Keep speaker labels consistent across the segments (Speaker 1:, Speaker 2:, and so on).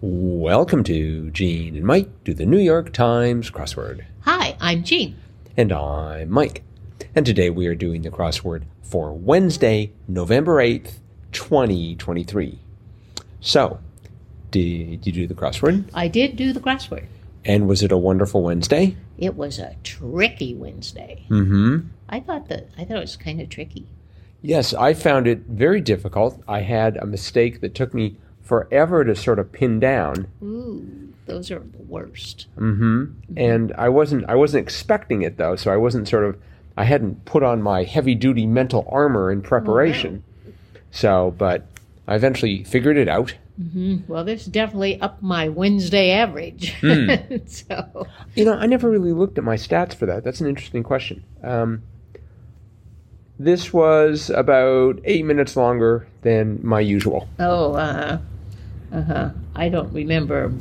Speaker 1: Welcome to Gene and Mike do the New York Times crossword.
Speaker 2: Hi, I'm Jean.
Speaker 1: And I'm Mike. And today we are doing the crossword for Wednesday, November 8th, 2023. So, did you do the crossword?
Speaker 2: I did do the crossword.
Speaker 1: And was it a wonderful Wednesday?
Speaker 2: It was a tricky Wednesday.
Speaker 1: Mm hmm.
Speaker 2: I thought that I thought it was kind of tricky.
Speaker 1: Yes, I found it very difficult. I had a mistake that took me forever to sort of pin down.
Speaker 2: Ooh, those are the worst.
Speaker 1: hmm And I wasn't I wasn't expecting it though, so I wasn't sort of I hadn't put on my heavy duty mental armor in preparation. So, but I eventually figured it out.
Speaker 2: Hmm, Well, this definitely up my Wednesday average.
Speaker 1: Hmm.
Speaker 2: so,
Speaker 1: You know, I never really looked at my stats for that. That's an interesting question. Um, this was about eight minutes longer than my usual.
Speaker 2: oh, uh, uh-huh. I don't remember.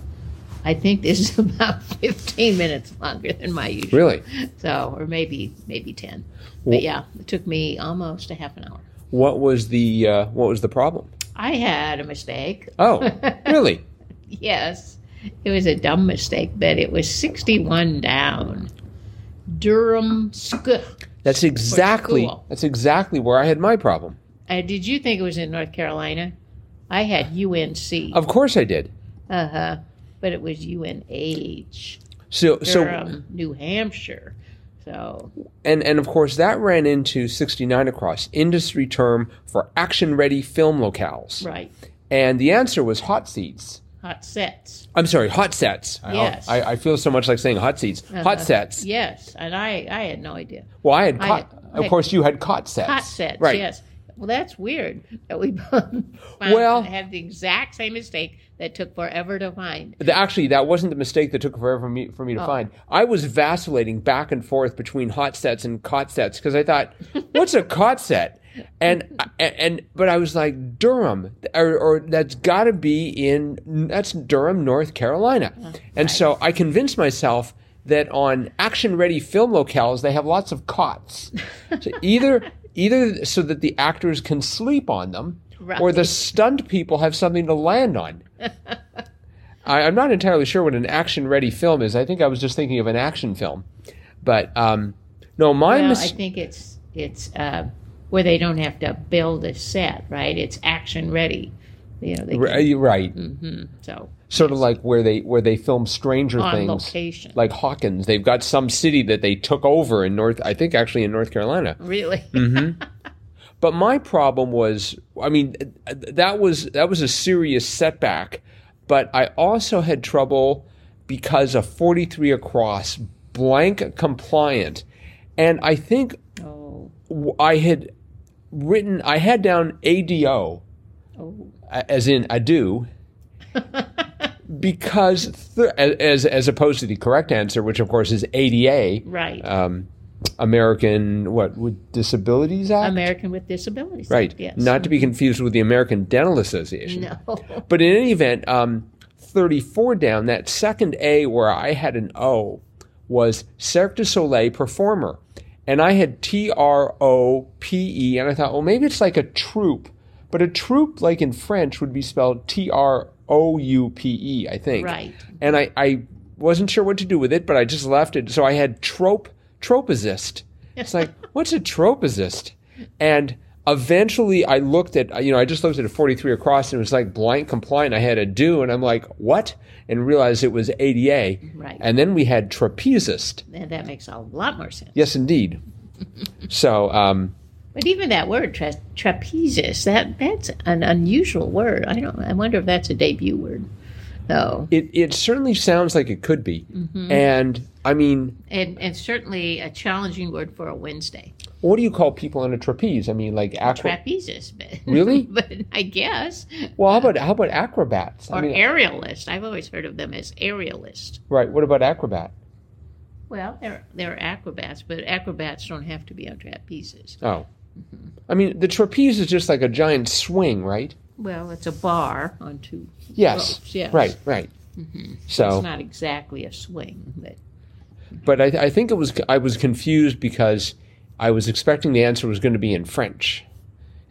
Speaker 2: I think this is about 15 minutes longer than my usual.
Speaker 1: Really?
Speaker 2: So, or maybe maybe 10.
Speaker 1: Well-
Speaker 2: But yeah, it took me almost a half an hour.
Speaker 1: What was the uh, what was the problem?
Speaker 2: I had a mistake.
Speaker 1: Oh, really?
Speaker 2: Yes, it was a dumb mistake, but it was 61 down. Durham School.
Speaker 1: That's exactly
Speaker 2: school.
Speaker 1: that's exactly where I had my problem.
Speaker 2: Uh, did you think it was in North Carolina? I had UNC.
Speaker 1: Of course I did.
Speaker 2: Uh huh. But it was UNH.
Speaker 1: So so
Speaker 2: Durham, New Hampshire. So,
Speaker 1: and and of course that ran into 69 across industry term for action ready film locales.
Speaker 2: right.
Speaker 1: And the answer was hot seats.
Speaker 2: Hot sets.
Speaker 1: I'm sorry, hot sets. I-
Speaker 2: Yes.
Speaker 1: I, I feel so much like saying hot seats.
Speaker 2: Uh-huh.
Speaker 1: Hot sets.
Speaker 2: Yes. And I, I had no idea.
Speaker 1: Well, I had
Speaker 2: I-
Speaker 1: caught.
Speaker 2: I-
Speaker 1: of course, you had caught sets.
Speaker 2: Hot sets.
Speaker 1: Right.
Speaker 2: Yes. Well, that's weird that we both
Speaker 1: Well-
Speaker 2: well, had the exact same mistake that took forever to find.
Speaker 1: The- actually, that wasn't the mistake that took forever for me, for me to find. I was vacillating back and forth between hot sets and cot sets because I thought, what's a cot set? And, and and but I was like Durham, or, or that's got to be in that's Durham, North Carolina, and so I convinced myself that on action-ready film locales they have lots of cots, so either either so that the actors can sleep on them, or the
Speaker 2: Right.
Speaker 1: stunt people have something to land on. I, I'm not entirely sure what an action ready film is. I think I was just thinking of an action film. But um, no, mine
Speaker 2: Well,
Speaker 1: mis-
Speaker 2: I think it's it's uh, where they don't have to build a set, right? It's action ready. You know, they
Speaker 1: r-
Speaker 2: can,
Speaker 1: uh, right,
Speaker 2: Mhm. so
Speaker 1: sort of like where they where they film Stranger
Speaker 2: On
Speaker 1: Things,
Speaker 2: location.
Speaker 1: like Hawkins. They've got some city that they took over in North. I think actually in North Carolina.
Speaker 2: really,
Speaker 1: Mm-hmm. But my problem was, I mean, th- th- that was that was a serious setback. But I also had trouble because of 43 across blank compliant, and I think
Speaker 2: oh,
Speaker 1: w- I had written I had down ADO
Speaker 2: oh,
Speaker 1: a- as in I do because th- a- as as opposed to the correct answer, which of course is ADA,
Speaker 2: right.
Speaker 1: um, American what with Disabilities Act.
Speaker 2: American with Disabilities,
Speaker 1: Right.
Speaker 2: Act, Yes,
Speaker 1: Not to be confused with the American Dental Association.
Speaker 2: no,
Speaker 1: But in any event, um, 34 down, that second A where I had an O was Cirque du Soleil performer. And I had T R O P E. And I thought, well, maybe it's like a troupe. But a troupe, like in French, would be spelled T R O U P E, I think.
Speaker 2: Right.
Speaker 1: And I, I wasn't sure what to do with it, but I just left it. So I had trope, tropazist. It's like, what's a tropazist? And eventually I looked at, you know, I just looked at a 43 across and it was like blank compliant. I had a do and I'm like, what? And realized it was ADA.
Speaker 2: Right.
Speaker 1: And then we had trapezist.
Speaker 2: and that makes a lot more sense.
Speaker 1: Yes, indeed. so, um,
Speaker 2: But even that word tra- trapezist, that that's an unusual word. I don't. I wonder if that's a debut word. So,
Speaker 1: it, it certainly sounds like it could be.
Speaker 2: Mm-hmm.
Speaker 1: And I mean,
Speaker 2: and and certainly a challenging word for a Wednesday.
Speaker 1: what do you call people on a trapeze? I mean, like acro-
Speaker 2: trapezist, but
Speaker 1: Really?
Speaker 2: but I guess
Speaker 1: Well, how about how about acrobats?
Speaker 2: or
Speaker 1: I mean,
Speaker 2: aerialist. I've always heard of them as aerialist.
Speaker 1: right? What about acrobat?
Speaker 2: Well, they're they're acrobats, but acrobats don't have to be on trapezes.
Speaker 1: Oh, I mean, the trapeze is just like a giant swing, right?
Speaker 2: Well, it's a bar on two.
Speaker 1: Yes.
Speaker 2: Ropes, Oh, yes.
Speaker 1: Right. Right. So, Oh.
Speaker 2: It's not exactly a swing, but
Speaker 1: but I, I think it was I was confused because I was expecting the answer was going to be in French,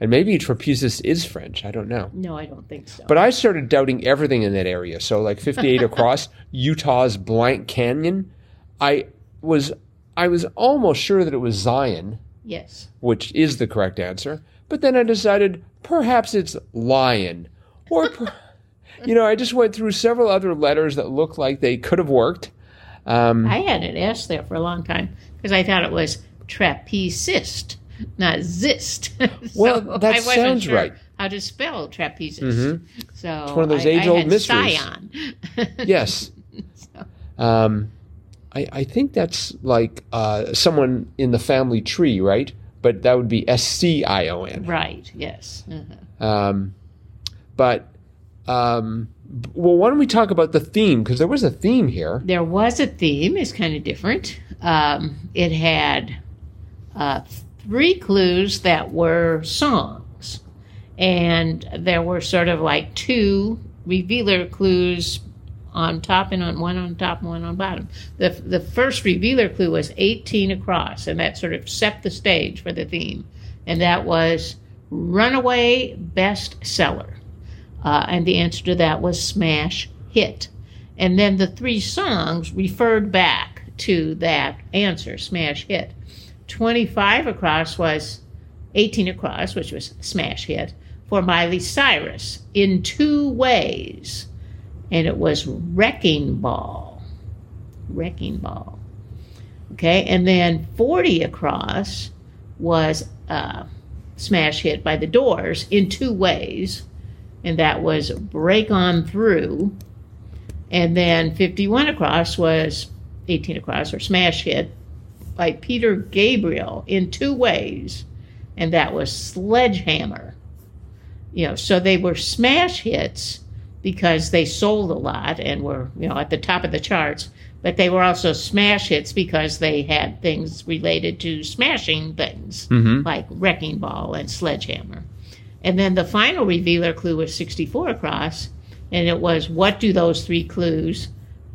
Speaker 1: And maybe trapezus is French. I don't know.
Speaker 2: No, I don't think so.
Speaker 1: But I started doubting everything in that area. So like 58 across Utah's Blank Canyon, I was I was almost sure that it was Zion,
Speaker 2: yes.
Speaker 1: which is the correct answer. But then I decided perhaps it's lion or per- you know, I just went through several other letters that looked like they could have worked. Um,
Speaker 2: I had it asked that for a long time because I thought it was trapezist, not zist.
Speaker 1: Well, that
Speaker 2: wasn't
Speaker 1: sounds
Speaker 2: sure
Speaker 1: right. Mm-hmm.
Speaker 2: How to spell trapezist? So
Speaker 1: one of those
Speaker 2: I- I
Speaker 1: age-old
Speaker 2: had
Speaker 1: mysteries.
Speaker 2: Scion.
Speaker 1: yes. Um, I, I think that's like uh, someone in the family tree, right? But that would be S C I O N.
Speaker 2: right. Yes. Uh-huh.
Speaker 1: Um, but um, b- well, why don't we talk about the theme? Because there was a theme here.
Speaker 2: There was a theme. It's kind of different. Um, it had uh, three clues that were songs, and there were sort of like two revealer clues on top and on one on top and one on bottom. The the first revealer clue was 18 across, and that sort of set the stage for the theme, and that was runaway bestseller, uh, and the answer to that was smash hit, and then the three songs referred back to that answer, smash hit. 25 across was 18 across, which was a smash hit for Miley Cyrus in two ways, and it was Wrecking Ball, Wrecking Ball. Okay, and then 40 across was a smash hit by The Doors in two ways, and that was Break On Through, and then 51 across was 18 across or smash hit by Peter Gabriel in two ways, and that was Sledgehammer. You know, so they were smash hits because they sold a lot and were, you know, at the top of the charts, but they were also smash hits because they had things related to smashing things
Speaker 1: Mm-hmm.
Speaker 2: like Wrecking Ball and Sledgehammer. And then the final revealer clue was 64 across, and it was what do those three clues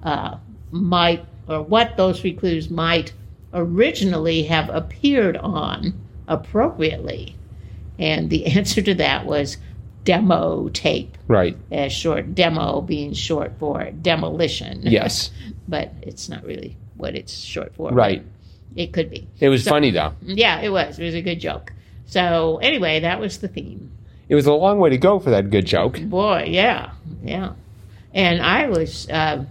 Speaker 2: uh, might, or what those three clues might originally have appeared on appropriately. And the answer to that was demo tape,
Speaker 1: Right.
Speaker 2: as short demo being short for demolition.
Speaker 1: Yes.
Speaker 2: but it's not really what it's short for. but
Speaker 1: Right.
Speaker 2: It could be.
Speaker 1: It was funny though.
Speaker 2: Yeah, it was. It was a good joke. So anyway, that was the theme.
Speaker 1: It was a long way to go for that good joke.
Speaker 2: Boy, yeah, yeah. And I was, uh,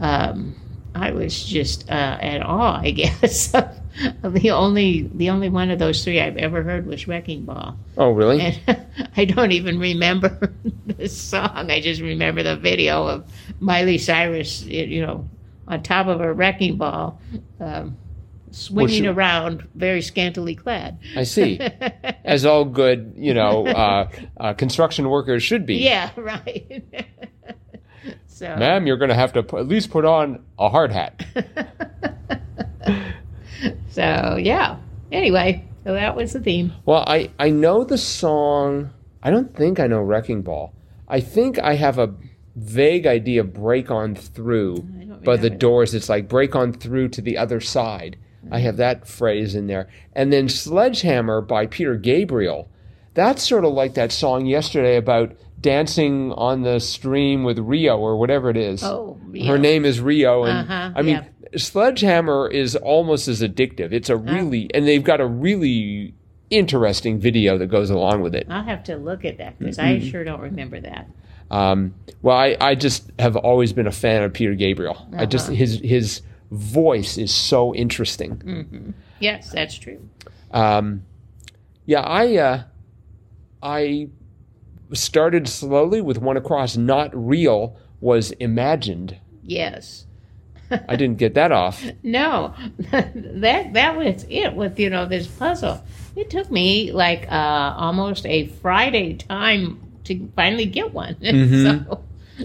Speaker 2: um, I was just uh, at awe, I guess. of- of the only, the only one of those three I've ever heard was Wrecking Ball,
Speaker 1: Oh, really?
Speaker 2: and I don't even remember the song. I just remember the video of Miley Cyrus, you know, on top of a wrecking ball, um, swinging around, very scantily clad.
Speaker 1: I see. As all good, you know, uh, uh, construction workers should be.
Speaker 2: Yeah, right. so,
Speaker 1: Ma'am, you're going to have to pu- at least put on a hard hat.
Speaker 2: so yeah. Anyway, so that was the theme.
Speaker 1: Well, I, I know the song. I don't think I know Wrecking Ball. I think I have a vague idea of Break On Through
Speaker 2: I don't
Speaker 1: by the
Speaker 2: remember.
Speaker 1: Doors. It's like Break On Through to the Other Side. I
Speaker 2: Mm-hmm.
Speaker 1: have that phrase in there. And then Sledgehammer by Peter Gabriel. That's sort of like that song yesterday about dancing on the stream with Rio or whatever it is.
Speaker 2: Oh, Rio.
Speaker 1: Her name is Rio, and
Speaker 2: Uh-huh,
Speaker 1: I mean, Sledgehammer is almost as addictive. It's a really, and they've got a really interesting video that goes along with it.
Speaker 2: I'll have to look at that because I sure don't remember that.
Speaker 1: Um, well, I, I just have always been a fan of Peter Gabriel. I just his his voice is so interesting.
Speaker 2: Yes, that's true.
Speaker 1: Um, yeah, I uh, I started slowly with one across. Not real was imagined.
Speaker 2: Yes.
Speaker 1: I didn't get that off.
Speaker 2: No, that that was it with you know this puzzle. It took me like uh, almost a Friday time to finally get one.
Speaker 1: Mhm.
Speaker 2: so,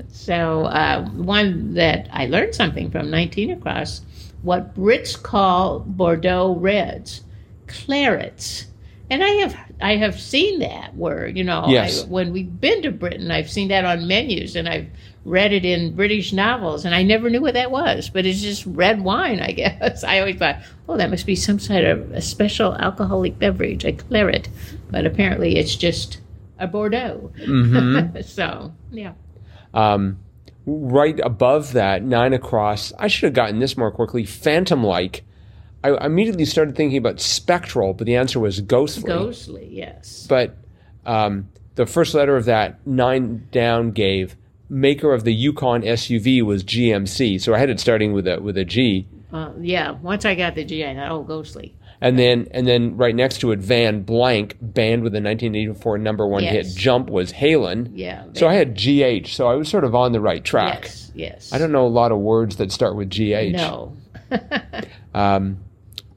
Speaker 2: so uh, one that I learned something from 19 across what Brits call Bordeaux reds, clarets, and I have I have seen that word. You know,
Speaker 1: Yes.
Speaker 2: I, when we've been to Britain, I've seen that on menus, and I've read it in British novels, and I never knew what that was. But it's just red wine, I guess. I always thought, oh, that must be some sort of a special alcoholic beverage, a claret, but apparently it's just a Bordeaux. so yeah,
Speaker 1: Um, right above that, nine across, I should have gotten this more quickly. Phantom like. I immediately started thinking about spectral, but the answer was ghostly.
Speaker 2: ghostly, yes.
Speaker 1: But um, the first letter of that nine down gave maker of the Yukon SUV was GMC, so I had it starting with a with a G,
Speaker 2: Uh, yeah, once I got the GI, I thought, oh, ghostly.
Speaker 1: and then and then right next to it, Van Blank, banned with a 1984 number one
Speaker 2: Yes.
Speaker 1: hit, Jump was Halen.
Speaker 2: Yeah.
Speaker 1: So I had GH, so I was sort of on the right track.
Speaker 2: yes, yes.
Speaker 1: I don't know a lot of words that start with GH.
Speaker 2: No.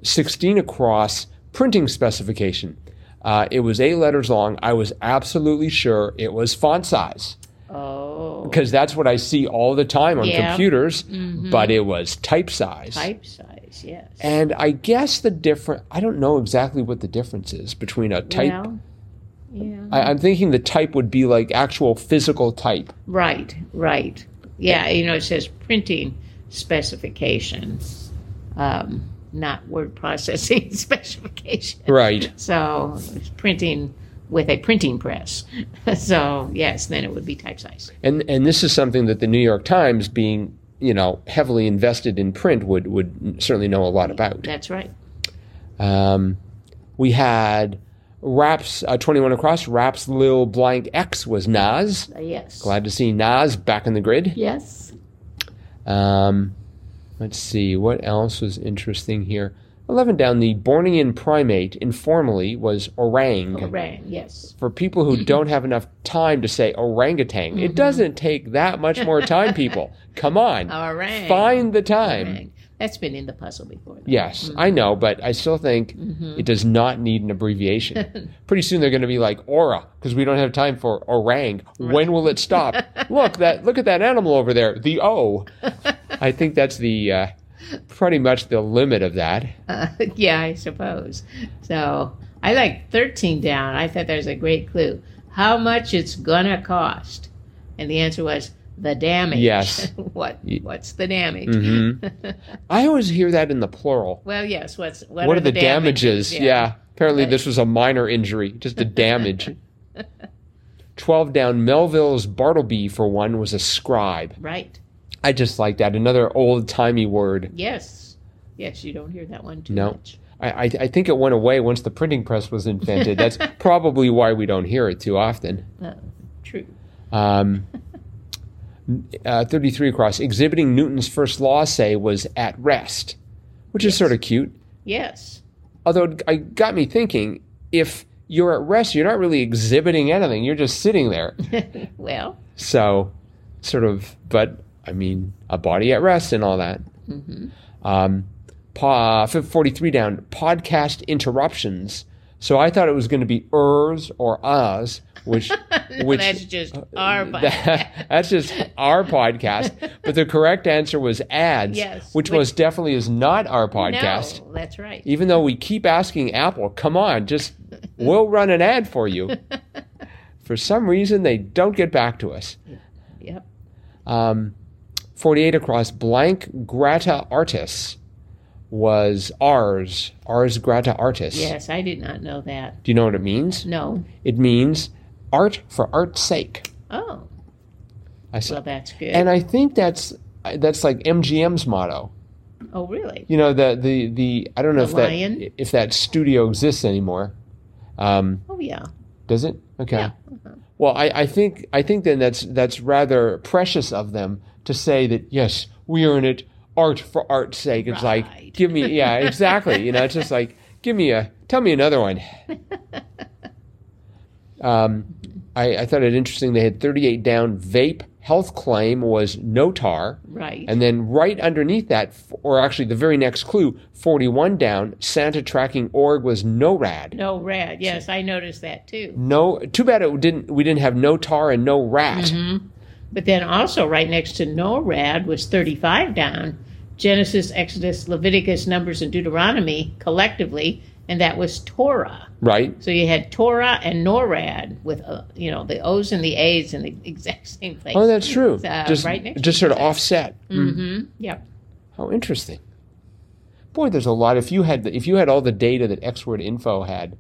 Speaker 1: 16 across printing specification. Uh, it was eight letters long. I was absolutely sure it was font size
Speaker 2: Oh.
Speaker 1: because that's what I see all the time on
Speaker 2: Yeah. Mm-hmm.
Speaker 1: computers, but it was type size.
Speaker 2: Type size, yes.
Speaker 1: And I guess the different, I don't know exactly what the difference is between a type.
Speaker 2: Well, yeah.
Speaker 1: I, I'm thinking the type would be like actual physical type.
Speaker 2: right, right. Yeah, you know, it says printing specification, um, not word processing specification.
Speaker 1: Right.
Speaker 2: So it's printing with a printing press. so, yes, then it would be type size.
Speaker 1: And, and this is something that the New York Times, being you know heavily invested in print, would, would certainly know a lot about.
Speaker 2: That's right.
Speaker 1: Um, we had Raps uh, 21 across. Raps Lil Blank X was Nas.
Speaker 2: Uh, Yes.
Speaker 1: Glad to see Nas back in the grid.
Speaker 2: Yes.
Speaker 1: Um, let's see what else was interesting here. 11 down, the Bornean primate informally was orang.
Speaker 2: Orang, yes.
Speaker 1: For people who don't have enough time to say orangutan, it doesn't take that much more time, people. Come on.
Speaker 2: Orang.
Speaker 1: Find the time.
Speaker 2: Orang. That's been in the puzzle before. though.
Speaker 1: Yes, I know, but I still think it does not need an abbreviation. Pretty soon they're going to be like aura because we don't have time for orang. When will it stop? look that look at that animal over there, the O. I think that's the uh, pretty much the limit of that.
Speaker 2: Uh, yeah, I suppose. So I like 13 down. I thought that was a great clue. How much it's gonna cost? And the answer was the damage.
Speaker 1: Yes. mm-hmm.
Speaker 2: what? What's the damage?
Speaker 1: I always hear that in the plural.
Speaker 2: Well, yes. What's what,
Speaker 1: What, are, the damages? Yeah. Apparently this was a minor injury, just a damage. 12 down Melville's Bartleby for one was a scribe.
Speaker 2: Right.
Speaker 1: I just like that. Another old-timey word.
Speaker 2: Yes. Yes. You don't hear that one too
Speaker 1: No.
Speaker 2: much.
Speaker 1: I, I, I think it went away once the printing press was invented. That's probably why we don't hear it too often.
Speaker 2: Uh, true.
Speaker 1: Um, uh, 33 across, exhibiting Newton's first law, say, was at rest, which is sort of cute.
Speaker 2: Yes.
Speaker 1: Although it I- got me thinking if you're at rest, you're not really exhibiting anything, you're just sitting there.
Speaker 2: Well.
Speaker 1: So, sort of, but I mean, a body at rest and all that.
Speaker 2: Mm-hmm.
Speaker 1: Um, pa, f- 43 down, podcast interruptions. So I thought it was going to be ers or us, which, which uh,
Speaker 2: that's just our button.
Speaker 1: that- that's just our podcast. But the correct answer was ads,
Speaker 2: Yes,
Speaker 1: which,
Speaker 2: which-
Speaker 1: most definitely is not our podcast.
Speaker 2: No, that's right.
Speaker 1: Even though we keep asking Apple, come on, just we'll run an ad for you. For some reason, they don't get back to us.
Speaker 2: Yep.
Speaker 1: Um, 48 across blank grata artis was ours, ours grata artis.
Speaker 2: Yes. I did not know that.
Speaker 1: Do you know what it means?
Speaker 2: No.
Speaker 1: It means art for art's sake.
Speaker 2: Oh.
Speaker 1: I said,
Speaker 2: Well, that's good.
Speaker 1: and I think that's that's like MGM's motto.
Speaker 2: oh, really?
Speaker 1: You know the the the I don't know
Speaker 2: The
Speaker 1: if
Speaker 2: lion?
Speaker 1: that if that studio exists anymore. Um,
Speaker 2: Oh, yeah.
Speaker 1: does it? Okay.
Speaker 2: Yeah.
Speaker 1: Well, I, I think I think then that's that's rather precious of them to say that yes, we earn it art for art's sake. It's
Speaker 2: Right.
Speaker 1: like give me yeah, exactly. you know, it's just like give me a tell me another one. um, I, I thought it interesting they had 38 down vape health claim was no tar.
Speaker 2: Right.
Speaker 1: And then right underneath that, f- or actually the very next clue, 41 down, Santa tracking org was NORAD.
Speaker 2: No red. Yes, I noticed that too.
Speaker 1: No, too bad it didn't. We didn't have no tar and no rat.
Speaker 2: Mm-hmm. But then also right next to no rad was 35 down. Genesis, Exodus, Leviticus, Numbers, and Deuteronomy collectively, and that was Torah.
Speaker 1: right?
Speaker 2: So you had Torah and NORAD with uh, you know the O's and the A's in the exact same place.
Speaker 1: Oh, that's true.
Speaker 2: It's, uh,
Speaker 1: just
Speaker 2: right next
Speaker 1: just
Speaker 2: to
Speaker 1: sort of
Speaker 2: each other.
Speaker 1: offset.
Speaker 2: Mm-hmm. Yep.
Speaker 1: How interesting. Boy, there's a lot. If you had the, if you had all the data that Xword Info had,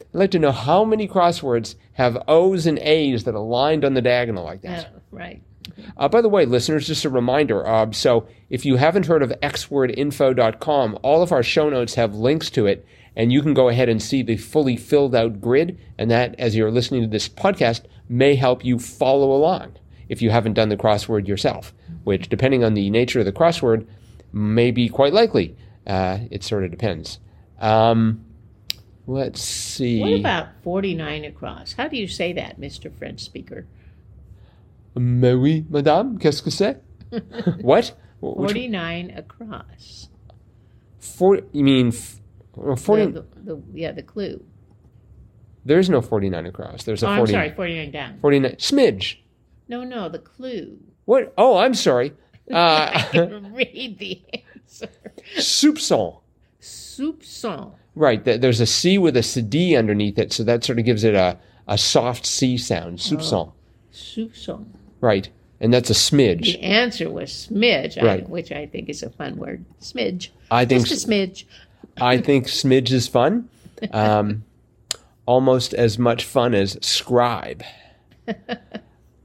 Speaker 1: I'd like to know how many crosswords have O's and A's that are lined on the diagonal like that.
Speaker 2: Uh, right.
Speaker 1: Uh, by the way, listeners, just a reminder. Uh, so if you haven't heard of xwordinfo.com, all of our show notes have links to it, and you can go ahead and see the fully filled out grid. And that, as you're listening to this podcast, may help you follow along if you haven't done the crossword yourself, which, depending on the nature of the crossword, may be quite likely. Uh, it sort of depends. Um, let's see.
Speaker 2: What about 49 across? How do you say that, Mr. French speaker?
Speaker 1: Mais oui, madame, qu'est-ce que c'est? what? Which-
Speaker 2: 49 across.
Speaker 1: Four, you mean f- well, forty?
Speaker 2: The, the, the- yeah, the clue.
Speaker 1: there is no forty-nine across. There's a
Speaker 2: Oh, I'm
Speaker 1: 40
Speaker 2: sorry, 49 down.
Speaker 1: Forty-nine smidge.
Speaker 2: No, no, the clue.
Speaker 1: What? Oh, I'm sorry.
Speaker 2: I
Speaker 1: Uh,
Speaker 2: can read the answer.
Speaker 1: soupçon.
Speaker 2: Soupçon.
Speaker 1: Right. th- There's a C with a CD underneath it, so that sort of gives it a, a soft C sound.
Speaker 2: Oh.
Speaker 1: Soupçon.
Speaker 2: Soupçon.
Speaker 1: Right. And that's a smidge.
Speaker 2: The answer was smidge, I-
Speaker 1: Right.
Speaker 2: which I think is a fun word. Smidge.
Speaker 1: I think
Speaker 2: Just a smidge.
Speaker 1: I think smidge is fun. Um, almost as much fun as scribe.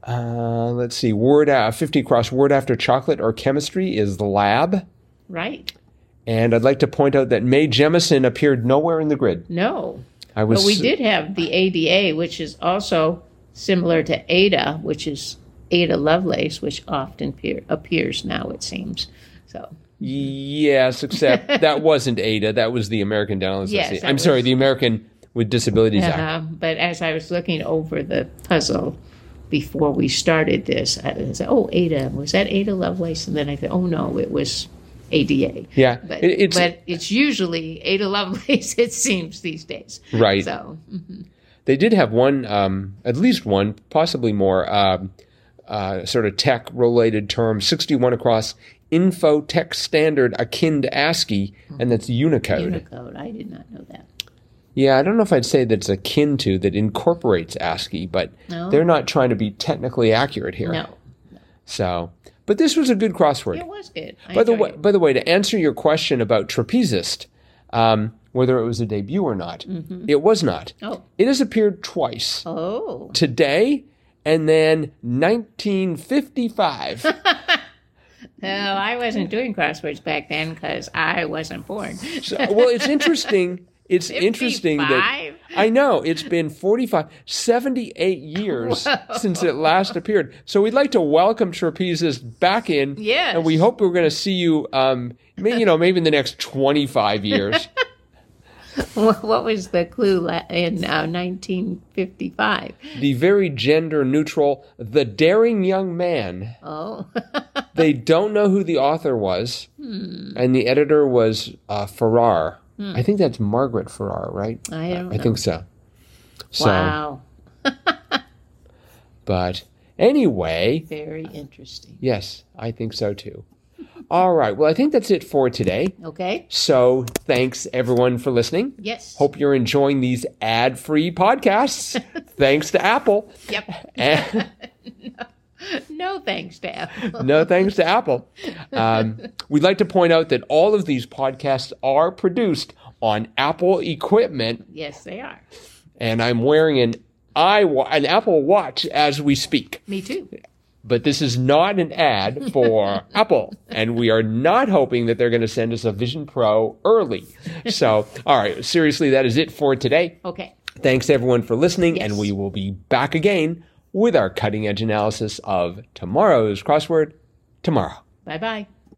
Speaker 1: Uh, let's see. Word uh, fifty cross word after chocolate or chemistry is lab.
Speaker 2: Right.
Speaker 1: And I'd like to point out that Mae Jemison appeared nowhere in the grid.
Speaker 2: No.
Speaker 1: I was
Speaker 2: But we did have the ADA, which is also similar to Ada, which is Ada Lovelace, which often peer, appears now, it seems. So,
Speaker 1: Yes, except that wasn't Ada. That was the American Dental
Speaker 2: Yes,
Speaker 1: Association.
Speaker 2: that
Speaker 1: I'm sorry,
Speaker 2: was-
Speaker 1: the American with Disabilities Act.
Speaker 2: uh, but as I was looking over the puzzle before we started this, I was oh, Ada, was that Ada Lovelace? And then I thought, oh no, it was ADA.
Speaker 1: Yeah,
Speaker 2: But,
Speaker 1: it- it's
Speaker 2: but it's usually Ada Lovelace, it seems, these days.
Speaker 1: right.
Speaker 2: So,
Speaker 1: They did have one, um, at least one, possibly more, um, uh, sort of tech related term, 61 across, info tech standard akin to ASCII, and that's Unicode.
Speaker 2: Unicode, I did not know that.
Speaker 1: Yeah, I don't know if I'd say that it's akin to, that incorporates ASCII, but
Speaker 2: No.
Speaker 1: they're not trying to be technically accurate here.
Speaker 2: No,
Speaker 1: So, but this was a good crossword.
Speaker 2: it was good. I
Speaker 1: by the
Speaker 2: enjoyed
Speaker 1: way,
Speaker 2: it.
Speaker 1: by the way, to answer your question about trapezist, um, whether it was a debut or not, it was not.
Speaker 2: Mm-hmm. Oh.
Speaker 1: It has appeared twice
Speaker 2: Oh.
Speaker 1: today and then 1955.
Speaker 2: No, I wasn't doing crosswords back then because I wasn't born.
Speaker 1: so, well, it's interesting. It's interesting that
Speaker 2: 55?
Speaker 1: I know it's been 45, 78 years since it last appeared. So we'd like to welcome trapezist back in.
Speaker 2: Yes.
Speaker 1: and we hope we're going to see you. Um, may, you know, maybe in the next 25 years.
Speaker 2: Wha- what was the clue la- in uh, 1955?
Speaker 1: the very gender neutral, the daring young man.
Speaker 2: Oh,
Speaker 1: They don't know who the author was,
Speaker 2: Hmm.
Speaker 1: and the editor was uh, Farrar. I think that's Margaret Farrar, right?
Speaker 2: I don't
Speaker 1: I
Speaker 2: know.
Speaker 1: think so. So,
Speaker 2: wow.
Speaker 1: but anyway,
Speaker 2: Very interesting.
Speaker 1: yes, I think so too. All right. Well, I think that's it for today.
Speaker 2: Okay.
Speaker 1: So, thanks everyone for listening.
Speaker 2: Yes.
Speaker 1: Hope you're enjoying these ad-free podcasts. thanks to Apple.
Speaker 2: Yep.
Speaker 1: And-
Speaker 2: No thanks, Dad.
Speaker 1: no thanks to Apple. Um, we'd like to point out that all of these podcasts are produced on Apple equipment,
Speaker 2: yes, they are.
Speaker 1: and I'm wearing an i an Apple Watch as we speak.
Speaker 2: Me too.
Speaker 1: But this is not an ad for Apple, and we are not hoping that they're going to send us a Vision Pro early. So, all right, seriously, that is it for today.
Speaker 2: Okay.
Speaker 1: Thanks everyone for listening,
Speaker 2: Yes.
Speaker 1: and we will be back again with our cutting edge analysis of tomorrow's crossword tomorrow.
Speaker 2: Bye bye.